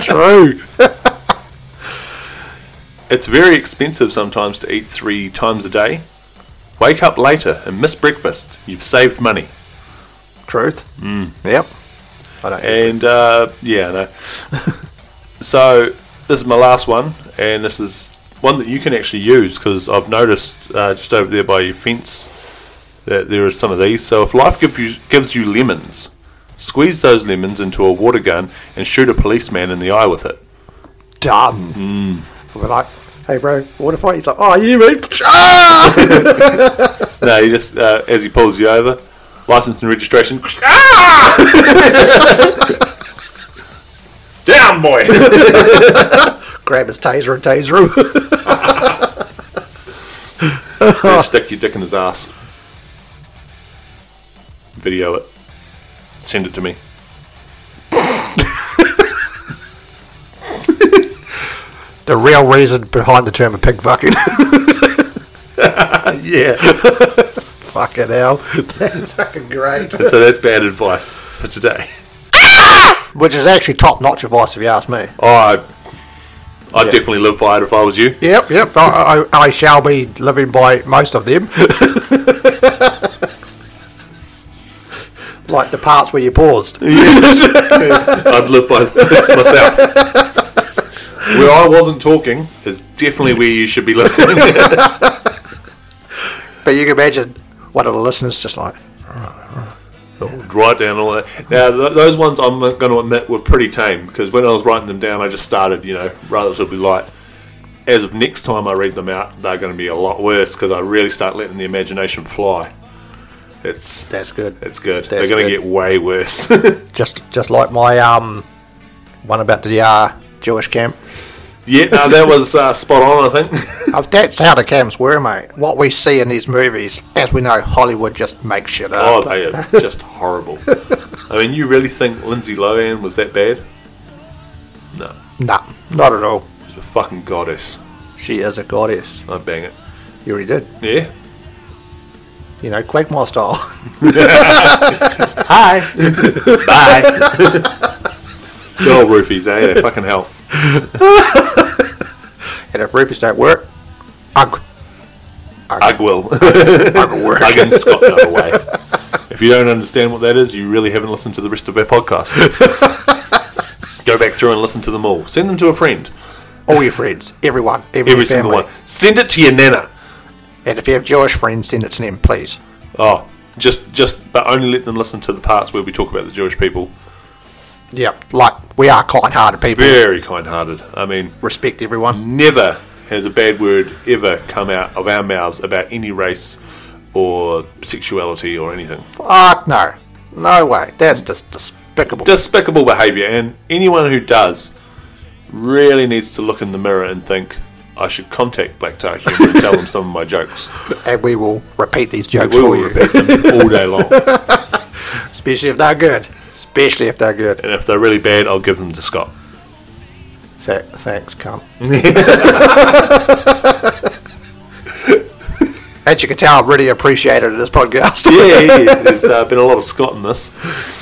Speaker 2: True.
Speaker 1: It's very expensive sometimes to eat three times a day. Wake up later and miss breakfast. You've saved money.
Speaker 2: Truth. Mm. Yep. I don't. eh,
Speaker 1: And uh, yeah, no. so this is my last one, and this is one that you can actually use because I've noticed uh, just over there by your fence that there is some of these. So if life give you, gives you lemons, squeeze those lemons into a water gun and shoot a policeman in the eye with it.
Speaker 2: done. We're like, hey, bro, what if I? He's like, oh, you mean? Ah!
Speaker 1: no, he just uh, as he pulls you over, license and registration. Ah! Down, boy.
Speaker 2: Grab his taser and taser him.
Speaker 1: Then stick your dick in his ass. Video it. Send it to me.
Speaker 2: the real reason behind the term of pig fucking.
Speaker 1: yeah.
Speaker 2: fucking hell. That's fucking great.
Speaker 1: so that's bad advice for today.
Speaker 2: Which is actually top notch advice, if you ask me.
Speaker 1: Oh, I, I'd definitely live by it if I was you.
Speaker 2: Yep, yep. I, I, I shall be living by most of them. like the parts where you paused.
Speaker 1: I'd live by this myself. where I wasn't talking is definitely where you should be listening.
Speaker 2: But you can imagine one of the listeners just like,
Speaker 1: write Oh, down all that. Now, th- those ones I'm going to admit were pretty tame because when I was writing them down, I just started, you know, relatively light. As of next time I read them out, they're going to be a lot worse because I really start letting the imagination fly. It's
Speaker 2: that's good.
Speaker 1: it's good.
Speaker 2: That's
Speaker 1: They're going to
Speaker 2: good.
Speaker 1: get way worse.
Speaker 2: just just like my um one about the uh, Jewish camp.
Speaker 1: Yeah, no, that was uh, spot on, I think.
Speaker 2: Uh, That's how the cams were, mate. What we see in these movies, as we know, Hollywood just makes shit
Speaker 1: oh,
Speaker 2: up.
Speaker 1: they are just horrible. I mean, you really think Lindsay Lohan was that bad? No,
Speaker 2: Nah, not at all.
Speaker 1: she's a fucking goddess.
Speaker 2: She is a goddess.
Speaker 1: I bang it.
Speaker 2: You already did.
Speaker 1: Yeah.
Speaker 2: You know, Quagmire style. Hi.
Speaker 1: Bye. Good old roofies, eh? They fucking help.
Speaker 2: And if roofies don't work, ug.
Speaker 1: Ug will.
Speaker 2: Ug work.
Speaker 1: Ug and Scott the other way. If you don't understand what that is, you really haven't listened to the rest of our podcast. Go back through and listen to them all. Send them to a friend.
Speaker 2: All your friends, everyone, every,
Speaker 1: Every single
Speaker 2: family.
Speaker 1: one. Send it to your nana.
Speaker 2: And if you have Jewish friends, send it to them, please.
Speaker 1: Oh, just, just, but only let them listen to the parts where we talk about the Jewish people.
Speaker 2: Yep. Like, we are kind-hearted people.
Speaker 1: Very kind-hearted. I mean,
Speaker 2: Respect everyone.
Speaker 1: never has a bad word ever come out of our mouths about any race or sexuality or anything.
Speaker 2: Fuck no. No way. That's just despicable.
Speaker 1: despicable behaviour, and anyone who does really needs to look in the mirror and think, I should contact Black Tar Humour and tell them some of my jokes.
Speaker 2: and we will repeat these jokes
Speaker 1: We
Speaker 2: for
Speaker 1: will
Speaker 2: you.
Speaker 1: repeat them all day long, and
Speaker 2: Especially if they're good. Especially if they're good.
Speaker 1: if they're really bad, I'll give them to Scott.
Speaker 2: Th- thanks, cunt. As you can tell, I've really appreciated this podcast.
Speaker 1: Yeah, there's uh, been a lot of Scott in this.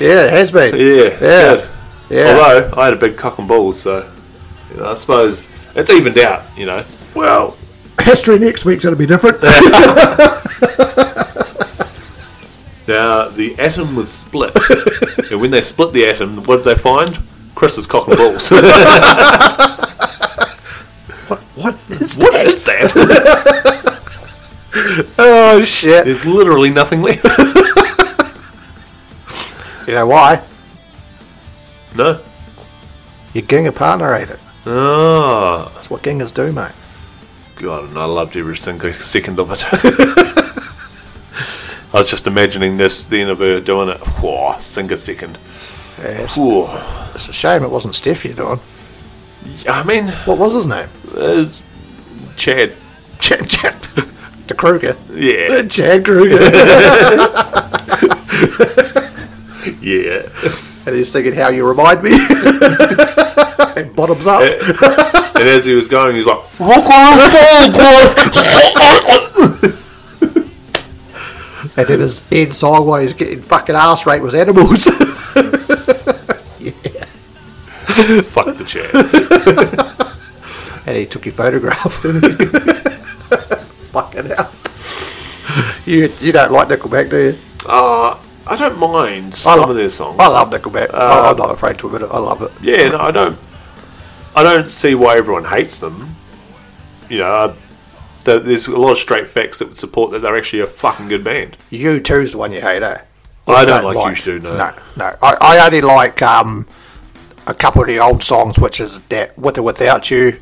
Speaker 2: yeah, it has been.
Speaker 1: Yeah, it's good.
Speaker 2: Yeah.
Speaker 1: Although I had a big cock and balls, so you know, I suppose it's evened out. You know,
Speaker 2: Well, history next week's going to be different.
Speaker 1: now the atom was split, and when they split the atom, what did they find? Chris's cock and balls. what
Speaker 2: what is that?
Speaker 1: is that?
Speaker 2: Oh, shit.
Speaker 1: There's literally nothing left.
Speaker 2: You know why?
Speaker 1: No.
Speaker 2: Your Ginga partner ate it.
Speaker 1: Oh,
Speaker 2: That's what Gingas do, mate.
Speaker 1: God, and I loved every single second of it. I was just imagining this, then of her doing it. Whoa, single second.
Speaker 2: Yeah, it's,
Speaker 1: Whoa.
Speaker 2: it's a shame it wasn't Steph you're doing.
Speaker 1: I mean,
Speaker 2: What was his name?
Speaker 1: there's Chad.
Speaker 2: Chad, Chad. The Kruger.
Speaker 1: Yeah,
Speaker 2: Chad Kruger.
Speaker 1: yeah.
Speaker 2: and he's thinking, how you remind me. Bottoms up.
Speaker 1: and as he was going, he was like,
Speaker 2: And then his head sideways getting fucking ass raped with animals.
Speaker 1: fuck the Chad.
Speaker 2: and he took your photograph. fucking hell. You, you don't like Nickelback, do you?
Speaker 1: Uh, I don't mind some
Speaker 2: lo-
Speaker 1: of their songs.
Speaker 2: I love Nickelback. I,
Speaker 1: Um,
Speaker 2: I'm not afraid to admit it. I love it.
Speaker 1: Yeah, no, I don't. I don't see why everyone hates them. You know, I, there- there's a lot of straight facts that would support that they're actually a fucking good band.
Speaker 2: You two's the one you hate, eh?
Speaker 1: I don't like U2, no.
Speaker 2: No, no. I, I only like um, a couple of the old songs, which is that With or Without You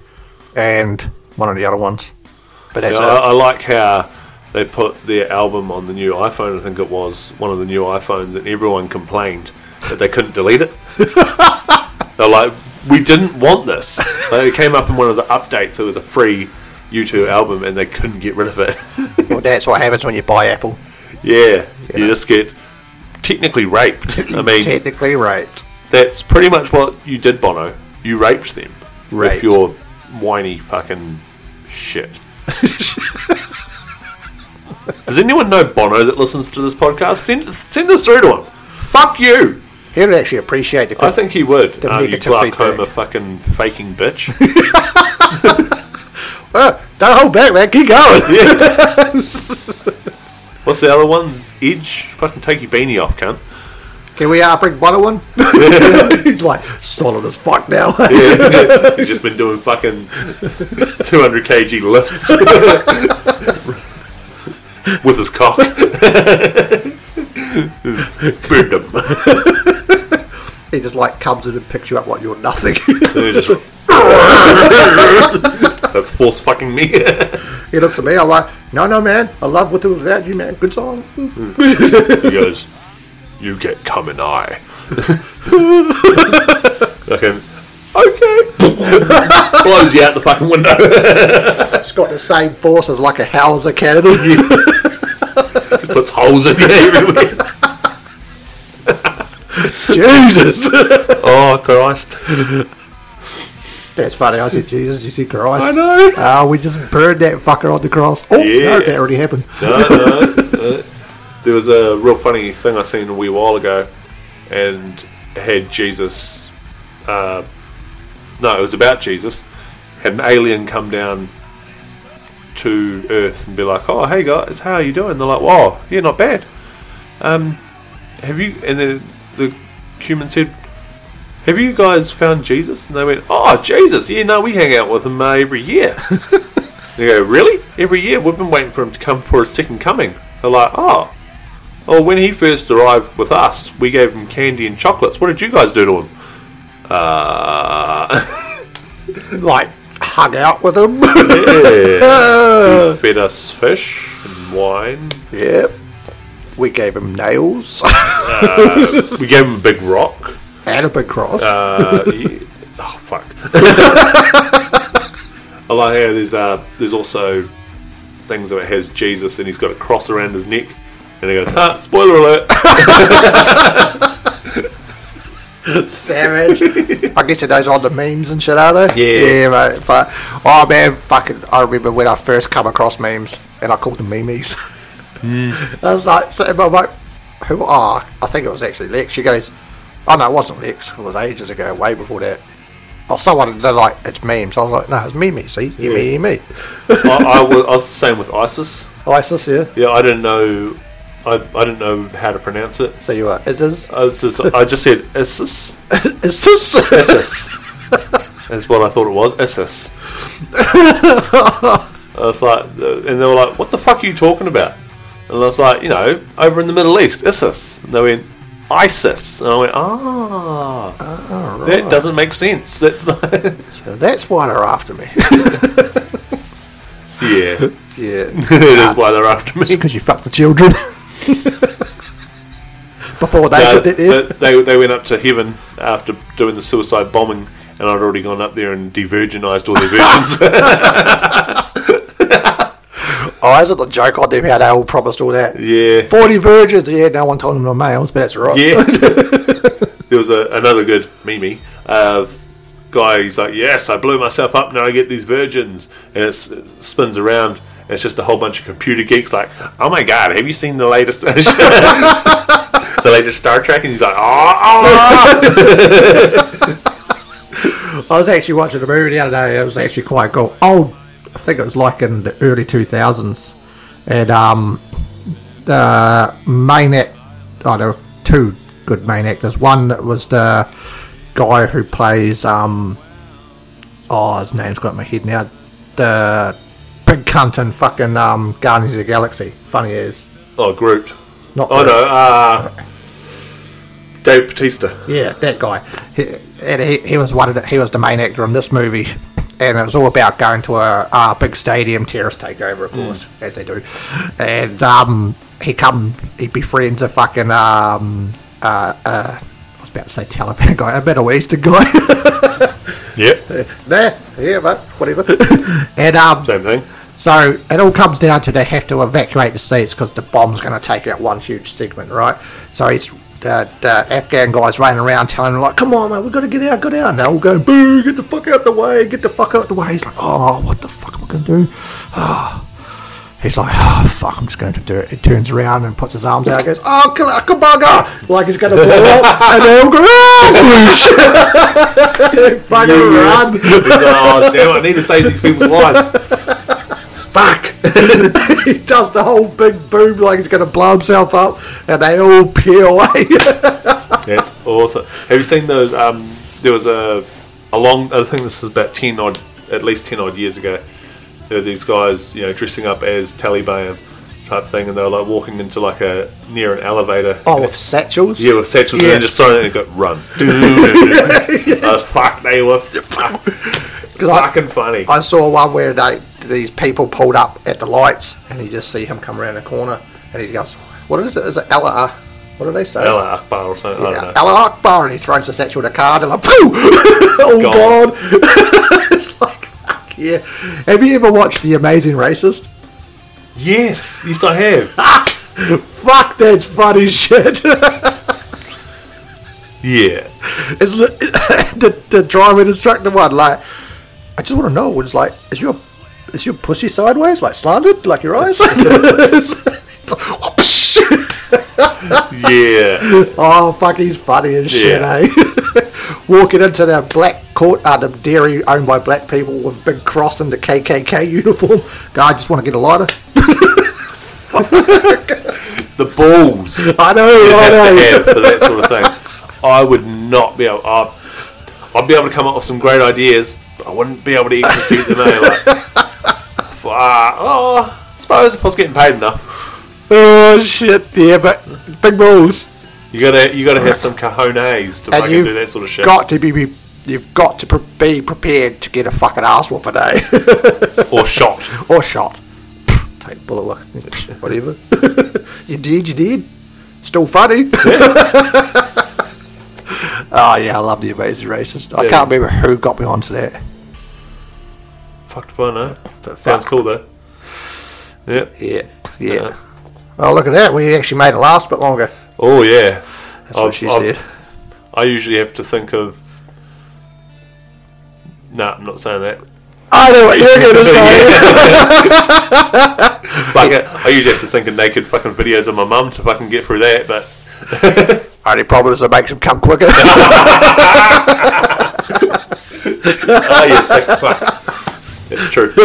Speaker 2: and one of the other ones. But that's
Speaker 1: Yeah,
Speaker 2: it.
Speaker 1: I, I like how they put their album on the new iPhone. I think it was one of the new iPhones, and everyone complained that they couldn't delete it. They're like, we didn't want this. Like, it came up in one of the updates. It was a free U2 album, and they couldn't get rid of it.
Speaker 2: Well, that's what happens when you buy Apple.
Speaker 1: yeah, you just get technically raped. I mean,
Speaker 2: Technically raped.
Speaker 1: that's pretty much what you did, Bono. You raped them
Speaker 2: Raped.
Speaker 1: with your whiny fucking shit. Does anyone know Bono that listens to this podcast? Send send this through to him. Fuck you.
Speaker 2: He would actually appreciate the.
Speaker 1: I think he would.
Speaker 2: The
Speaker 1: Uh, you
Speaker 2: negative feedback.
Speaker 1: glaucoma fucking faking bitch.
Speaker 2: Oh, don't hold back, man. Keep going.
Speaker 1: What's the other one? Edge. Fucking take your beanie off, cunt.
Speaker 2: Can we uh, bring Bono one? He's like solid as fuck now.
Speaker 1: He's just been doing fucking 200 kg lifts with his cock. Boomed him.
Speaker 2: he just like comes in and picks you up like you're nothing.
Speaker 1: And he just That's force fucking me.
Speaker 2: he looks at me. I'm like, no, no, man. I love with or without you, man. Good song.
Speaker 1: he goes, "You get cum and I." okay. Okay. blows you out the fucking window.
Speaker 2: It's got the same force as like a howitzer cannon.
Speaker 1: Puts holes in you everywhere.
Speaker 2: Jesus.
Speaker 1: Oh Christ!
Speaker 2: That's funny. I said Jesus. You see Christ.
Speaker 1: I know.
Speaker 2: Uh, we just burned that fucker on the cross. Oh,
Speaker 1: Yeah.
Speaker 2: no, that already happened.
Speaker 1: No, no, no. There was a real funny thing I seen a wee while ago, and it had Jesus. Uh, no, it was about Jesus. Had an alien come down to Earth and be like, "Oh, hey guys, how are you doing?" They're like, "Wow, yeah, not bad." Um, have you? And then the human said, "Have you guys found Jesus?" And they went, "Oh, Jesus! Yeah, no, we hang out with him uh, every year." They go, really? Every year we've been waiting for him to come for his second coming. They're like, oh. Well, when he first arrived with us, we gave him candy and chocolates. What did you guys do to him? Uh,
Speaker 2: Like, hung out with him.
Speaker 1: yeah. He fed us fish and wine.
Speaker 2: yep. We gave him nails
Speaker 1: We gave him a big rock.
Speaker 2: and a big cross.
Speaker 1: Uh, yeah. Oh fuck! I like how there's uh, there's also things that it has Jesus and he's got a cross around his neck, and he goes, "Ha! Spoiler alert!"
Speaker 2: Savage. I guess it knows all the memes and shit, are they?
Speaker 1: Yeah.
Speaker 2: Yeah, mate. But, oh, man, fucking. I remember when I first come across memes and I called them memes. I was like, so my mate, who are? I think it was actually Lex. She goes, oh, no, it wasn't Lex. It was ages ago, way before that. Oh, someone, they're like, it's memes. I was like, no, it's memes. See? Yeah. Me, me.
Speaker 1: I, I, was, I was the same with ISIS.
Speaker 2: ISIS, yeah.
Speaker 1: Yeah, Oh, I didn't know. I, I didn't know how to pronounce it.
Speaker 2: So you are. Is this.
Speaker 1: I was just I just said ISIS.
Speaker 2: Is this.
Speaker 1: ISIS. That's what I thought it was. ISIS. I was like, uh, and they were like, "What the fuck are you talking about?" And I was like, "You know, over in the Middle East, ISIS." And they went, "ISIS," and I went, "Ah, that doesn't make sense." That's not
Speaker 2: That's why they're after me.
Speaker 1: yeah.
Speaker 2: yeah.
Speaker 1: That's why they're after me.
Speaker 2: because you fucked the children. Before they
Speaker 1: No,
Speaker 2: did it,
Speaker 1: but they, they went up to heaven after doing the suicide bombing, and I'd already gone up there and de-virginized all their virgins.
Speaker 2: oh, isn't the joke on them how they all promised all that?
Speaker 1: yeah,
Speaker 2: 40 virgins, yeah, no one told them the males, but that's right.
Speaker 1: yeah. there was a, another good meme. Uh, guy, he's like, "Yes, I blew myself up. Now I get these virgins," and it's, it spins around. And it's just a whole bunch of computer geeks like, "Oh my god, have you seen the latest?" The latest Star Trek, and he's like, oh, oh,
Speaker 2: I was actually watching a movie the other day, it was actually quite cool. Oh, I think it was like in the early 2000s, and um, the main act, oh, there were two good main actors. One was the guy who plays, um, oh, his name's got in my head now, the big cunt in fucking um, Guardians of the Galaxy. Funny as.
Speaker 1: oh, Groot.
Speaker 2: Not
Speaker 1: Oh no, uh, Dave Batista.
Speaker 2: Yeah, that guy. He, and he, he was one of the, he was the main actor in this movie, and it was all about going to a, a big stadium terrorist takeover, of course, as they do. And um, he come he befriends a fucking um uh, uh I was about to say Taliban guy, a Middle Eastern guy.
Speaker 1: Yep,
Speaker 2: there, yeah, but whatever. and um,
Speaker 1: same thing.
Speaker 2: so it all comes down to they have to evacuate the seats because the bomb's going to take out one huge segment, right? So he's the, the Afghan guys running around telling them like, "Come on, man, we got to get out, get out." And they're all going, "Boo! Get the fuck out the way! Get the fuck out the way!" He's like, "Oh, what the fuck am I going to do?" He's like, oh, fuck, I'm just going to do it. He turns around and puts his arms out and goes, oh, kabunga! Like he's going to blow up. And they all go, oh, whoosh! fucking run.
Speaker 1: He's like, oh damn! I need to save these people's lives. Fuck!
Speaker 2: he does the whole big boom like he's going to blow himself up, and they all peel away.
Speaker 1: That's awesome. Have you seen those? Um, there was a a long. I think this is about ten odd, at least ten odd years ago. There were these guys, you know, dressing up as Taliban type thing, and they were like walking into like a near an elevator.
Speaker 2: oh, with satchels?
Speaker 1: Yeah, with satchels and
Speaker 2: Yeah.
Speaker 1: then just throwing it and go, run. I was fuck, they were fuck, fucking funny.
Speaker 2: I saw one where they, these people pulled up at the lights, and you just see him come around the corner, and he goes, what is it? Is it Allah? What do they say?
Speaker 1: Allah Akbar or something, I don't know.
Speaker 2: Allah Akbar, and he throws the satchel in the car, and they're like, phew! all
Speaker 1: Gone.
Speaker 2: gone. Oh, it's like, Yeah. Have you ever watched The Amazing Racist?
Speaker 1: Yes, yes, I have.
Speaker 2: Fuck, that's funny shit.
Speaker 1: yeah.
Speaker 2: It's li- the the driving instructor one. Like, I just want to know. It's like, is your is your pussy sideways, like slanted, like your eyes? It's like, whoosh.
Speaker 1: Yeah.
Speaker 2: oh fuck, he's funny as shit,
Speaker 1: Yeah.
Speaker 2: eh? Walking into that black court, uh, the dairy owned by black people with big cross and the KKK uniform. God, I just want to get a lighter.
Speaker 1: The balls you
Speaker 2: I know, I
Speaker 1: have to
Speaker 2: know.
Speaker 1: have for that sort of thing. I would not be able. I'd, I'd be able to come up with some great ideas, but I wouldn't be able to execute them. Eh? Like, fuck. oh, I suppose if I was getting paid enough,
Speaker 2: Oh shit, yeah, but big balls.
Speaker 1: you gotta you gotta have some cojones to
Speaker 2: and
Speaker 1: fucking
Speaker 2: you've
Speaker 1: do that sort of shit.
Speaker 2: got to be, be you've got to pre- be prepared to get a fucking ass whooping, eh?
Speaker 1: or shot.
Speaker 2: or shot. Take the bullet, like, whatever. you did, you did. Still funny. oh yeah, I love the Amazing Racist. I
Speaker 1: Yeah.
Speaker 2: can't remember who got me onto that.
Speaker 1: Fucked fun, huh? That sounds cool though. Yep.
Speaker 2: Yeah, yeah.
Speaker 1: Uh-huh.
Speaker 2: Oh look at that, we actually made it last a bit longer.
Speaker 1: Oh yeah.
Speaker 2: That's what she said.
Speaker 1: I usually have to think of. Nah, I'm not saying that.
Speaker 2: I know what you're gonna say.
Speaker 1: Fuck it. I usually have to think of naked fucking videos of my mum to fucking get through that, but
Speaker 2: Only problem is it makes them come quicker.
Speaker 1: oh, you sick fuck. It's true.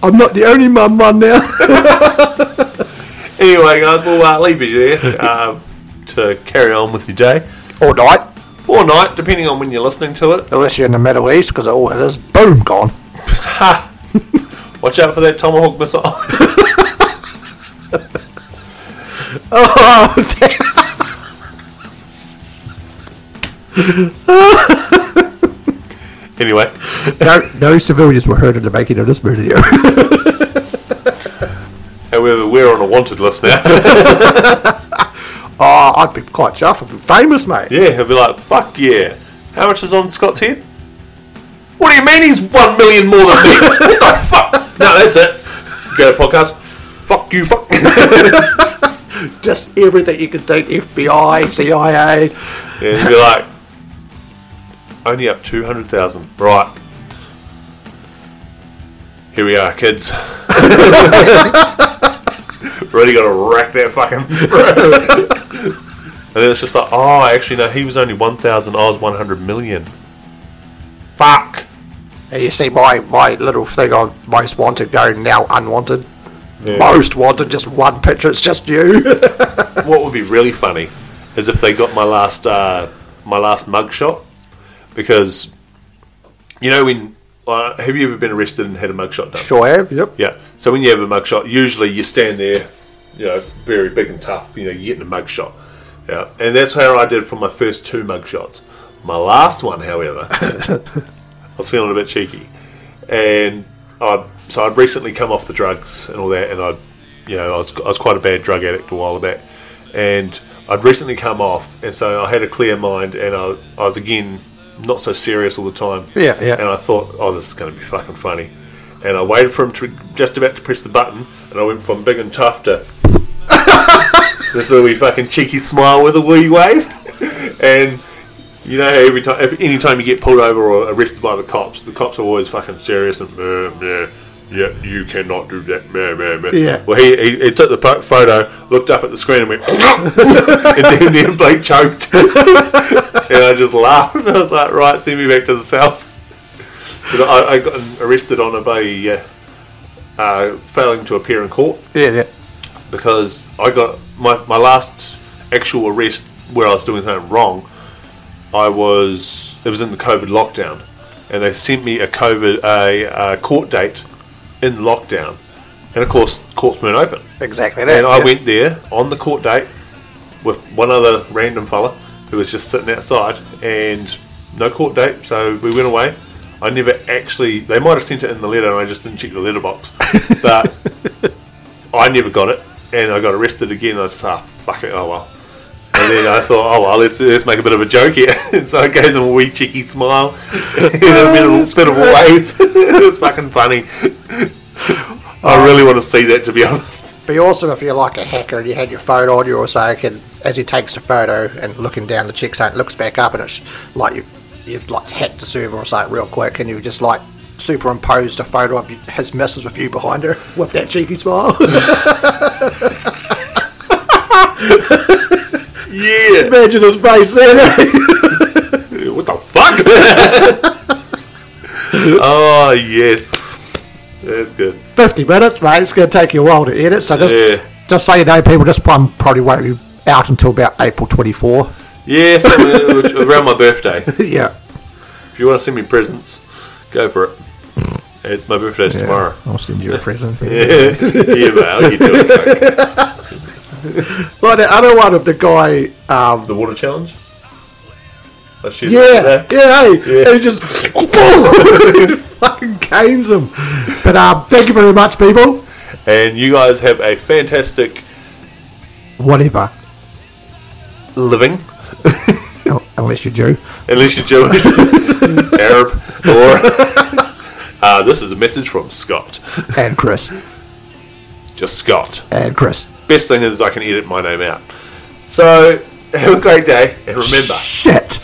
Speaker 2: I'm not the only mum one now.
Speaker 1: anyway, guys, we'll uh, leave you there uh, to carry on with your day
Speaker 2: All night.
Speaker 1: or night, depending on when you're listening to it.
Speaker 2: Unless you're in the Middle East, because all it is, boom, gone.
Speaker 1: Watch out for that tomahawk missile.
Speaker 2: Oh, damn.
Speaker 1: anyway,
Speaker 2: no, no civilians were hurt in the making of this video.
Speaker 1: however, we're on a wanted list now.
Speaker 2: oh, I'd be quite chuffed. I'd be famous, mate.
Speaker 1: Yeah, he'll be like, fuck yeah. How much is on Scott's head? What do you mean he's one million more than me? what the fuck? No, that's it. Go to podcast. Fuck you, fuck.
Speaker 2: Just everything you can think FBI, CIA.
Speaker 1: yeah, he'll be like, only up 200,000. Right. Here we are, kids. really gotta rack that fucking. and then it's just like, oh, actually, no, he was only 1,000, I was 100 million. Fuck.
Speaker 2: And you see my, my little thing on most wanted going now unwanted. Most wanted, just one picture, it's just you.
Speaker 1: what would be really funny is if they got my last uh, my last mugshot because you know when uh, have you ever been arrested and had a mugshot done?
Speaker 2: sure have, yep.
Speaker 1: Yeah. So when you have a mugshot, usually you stand there, you know, very big and tough. You know, you're getting a mugshot. Yeah. And that's how I did for my first two mugshots. My last one, however, I was feeling a bit cheeky, and I so I'd recently come off the drugs and all that, and I, would you know, I was I was quite a bad drug addict a while back, and I'd recently come off, and so I had a clear mind, and I, I was again not so serious all the time.
Speaker 2: Yeah, yeah.
Speaker 1: And I thought, oh, this is going to be fucking funny. And I waited for him to just about to press the button, and I went from big and tough to this little wee fucking cheeky smile with a wee wave. and you know, how every time, every, any time you get pulled over or arrested by the cops, the cops are always fucking serious and meh, meh, yeah, you cannot do that, meh, meh, meh.
Speaker 2: Yeah.
Speaker 1: Well, he, he, he took the po- photo, looked up at the screen, and went, and then near Blake choked. and I just laughed. I was like, right, send me back to the south. But I, I got arrested on a bay, uh, uh, failing to appear in court
Speaker 2: Yeah, yeah.
Speaker 1: because I got my, my last actual arrest where I was doing something wrong. I was it was in the COVID lockdown, and they sent me a COVID a, uh court date in lockdown, and of course courts weren't open.
Speaker 2: Exactly that.
Speaker 1: And I
Speaker 2: yeah.
Speaker 1: went there on the court date with one other random fella who was just sitting outside, and no court date, so we went away. I never actually, they might have sent it in the letter, and I just didn't check the letterbox. But I never got it, and I got arrested again. I was just, ah, fuck it, oh well. And then I thought, oh well, let's, let's make a bit of a joke here. so I gave them a wee cheeky smile and a bit of, bit of a wave. it was fucking funny. I really want to see that, to be honest.
Speaker 2: be awesome if you're like a hacker and you had your phone on you or so, and as he takes the photo and looking down the check zone, it looks back up and it's like you've, you've like hacked the server or something real quick, and you just like superimposed a photo of you, his missus with you behind her with that cheeky smile.
Speaker 1: Yeah.
Speaker 2: Imagine his face then.
Speaker 1: What the fuck? oh yes, that's good.
Speaker 2: 50 minutes, mate. It's going to take you a while to edit, so just,
Speaker 1: Yeah.
Speaker 2: just so you know, people, this one probably won't be out until about April 24.
Speaker 1: Yeah, so uh, it was around my birthday.
Speaker 2: yeah.
Speaker 1: If you want to send me presents, go for it. It's my birthday
Speaker 2: Yeah.
Speaker 1: tomorrow.
Speaker 2: I'll send you a present.
Speaker 1: yeah, mate, I'll get you a fuck.
Speaker 2: Like the other one of the guy, um,
Speaker 1: The water challenge. I shoot
Speaker 2: Yeah,
Speaker 1: that.
Speaker 2: yeah, hey.
Speaker 1: Yeah.
Speaker 2: And he just fucking canes him. But um, thank you very much, people.
Speaker 1: And you guys have a fantastic
Speaker 2: Whatever,
Speaker 1: living,
Speaker 2: un- unless you do.
Speaker 1: unless you're Jewish, Arab, or. Uh, this is a message from Scott.
Speaker 2: And Chris,
Speaker 1: Just Scott.
Speaker 2: and Chris.
Speaker 1: Best thing is I can edit my name out. So have a great day and remember,
Speaker 2: Shit.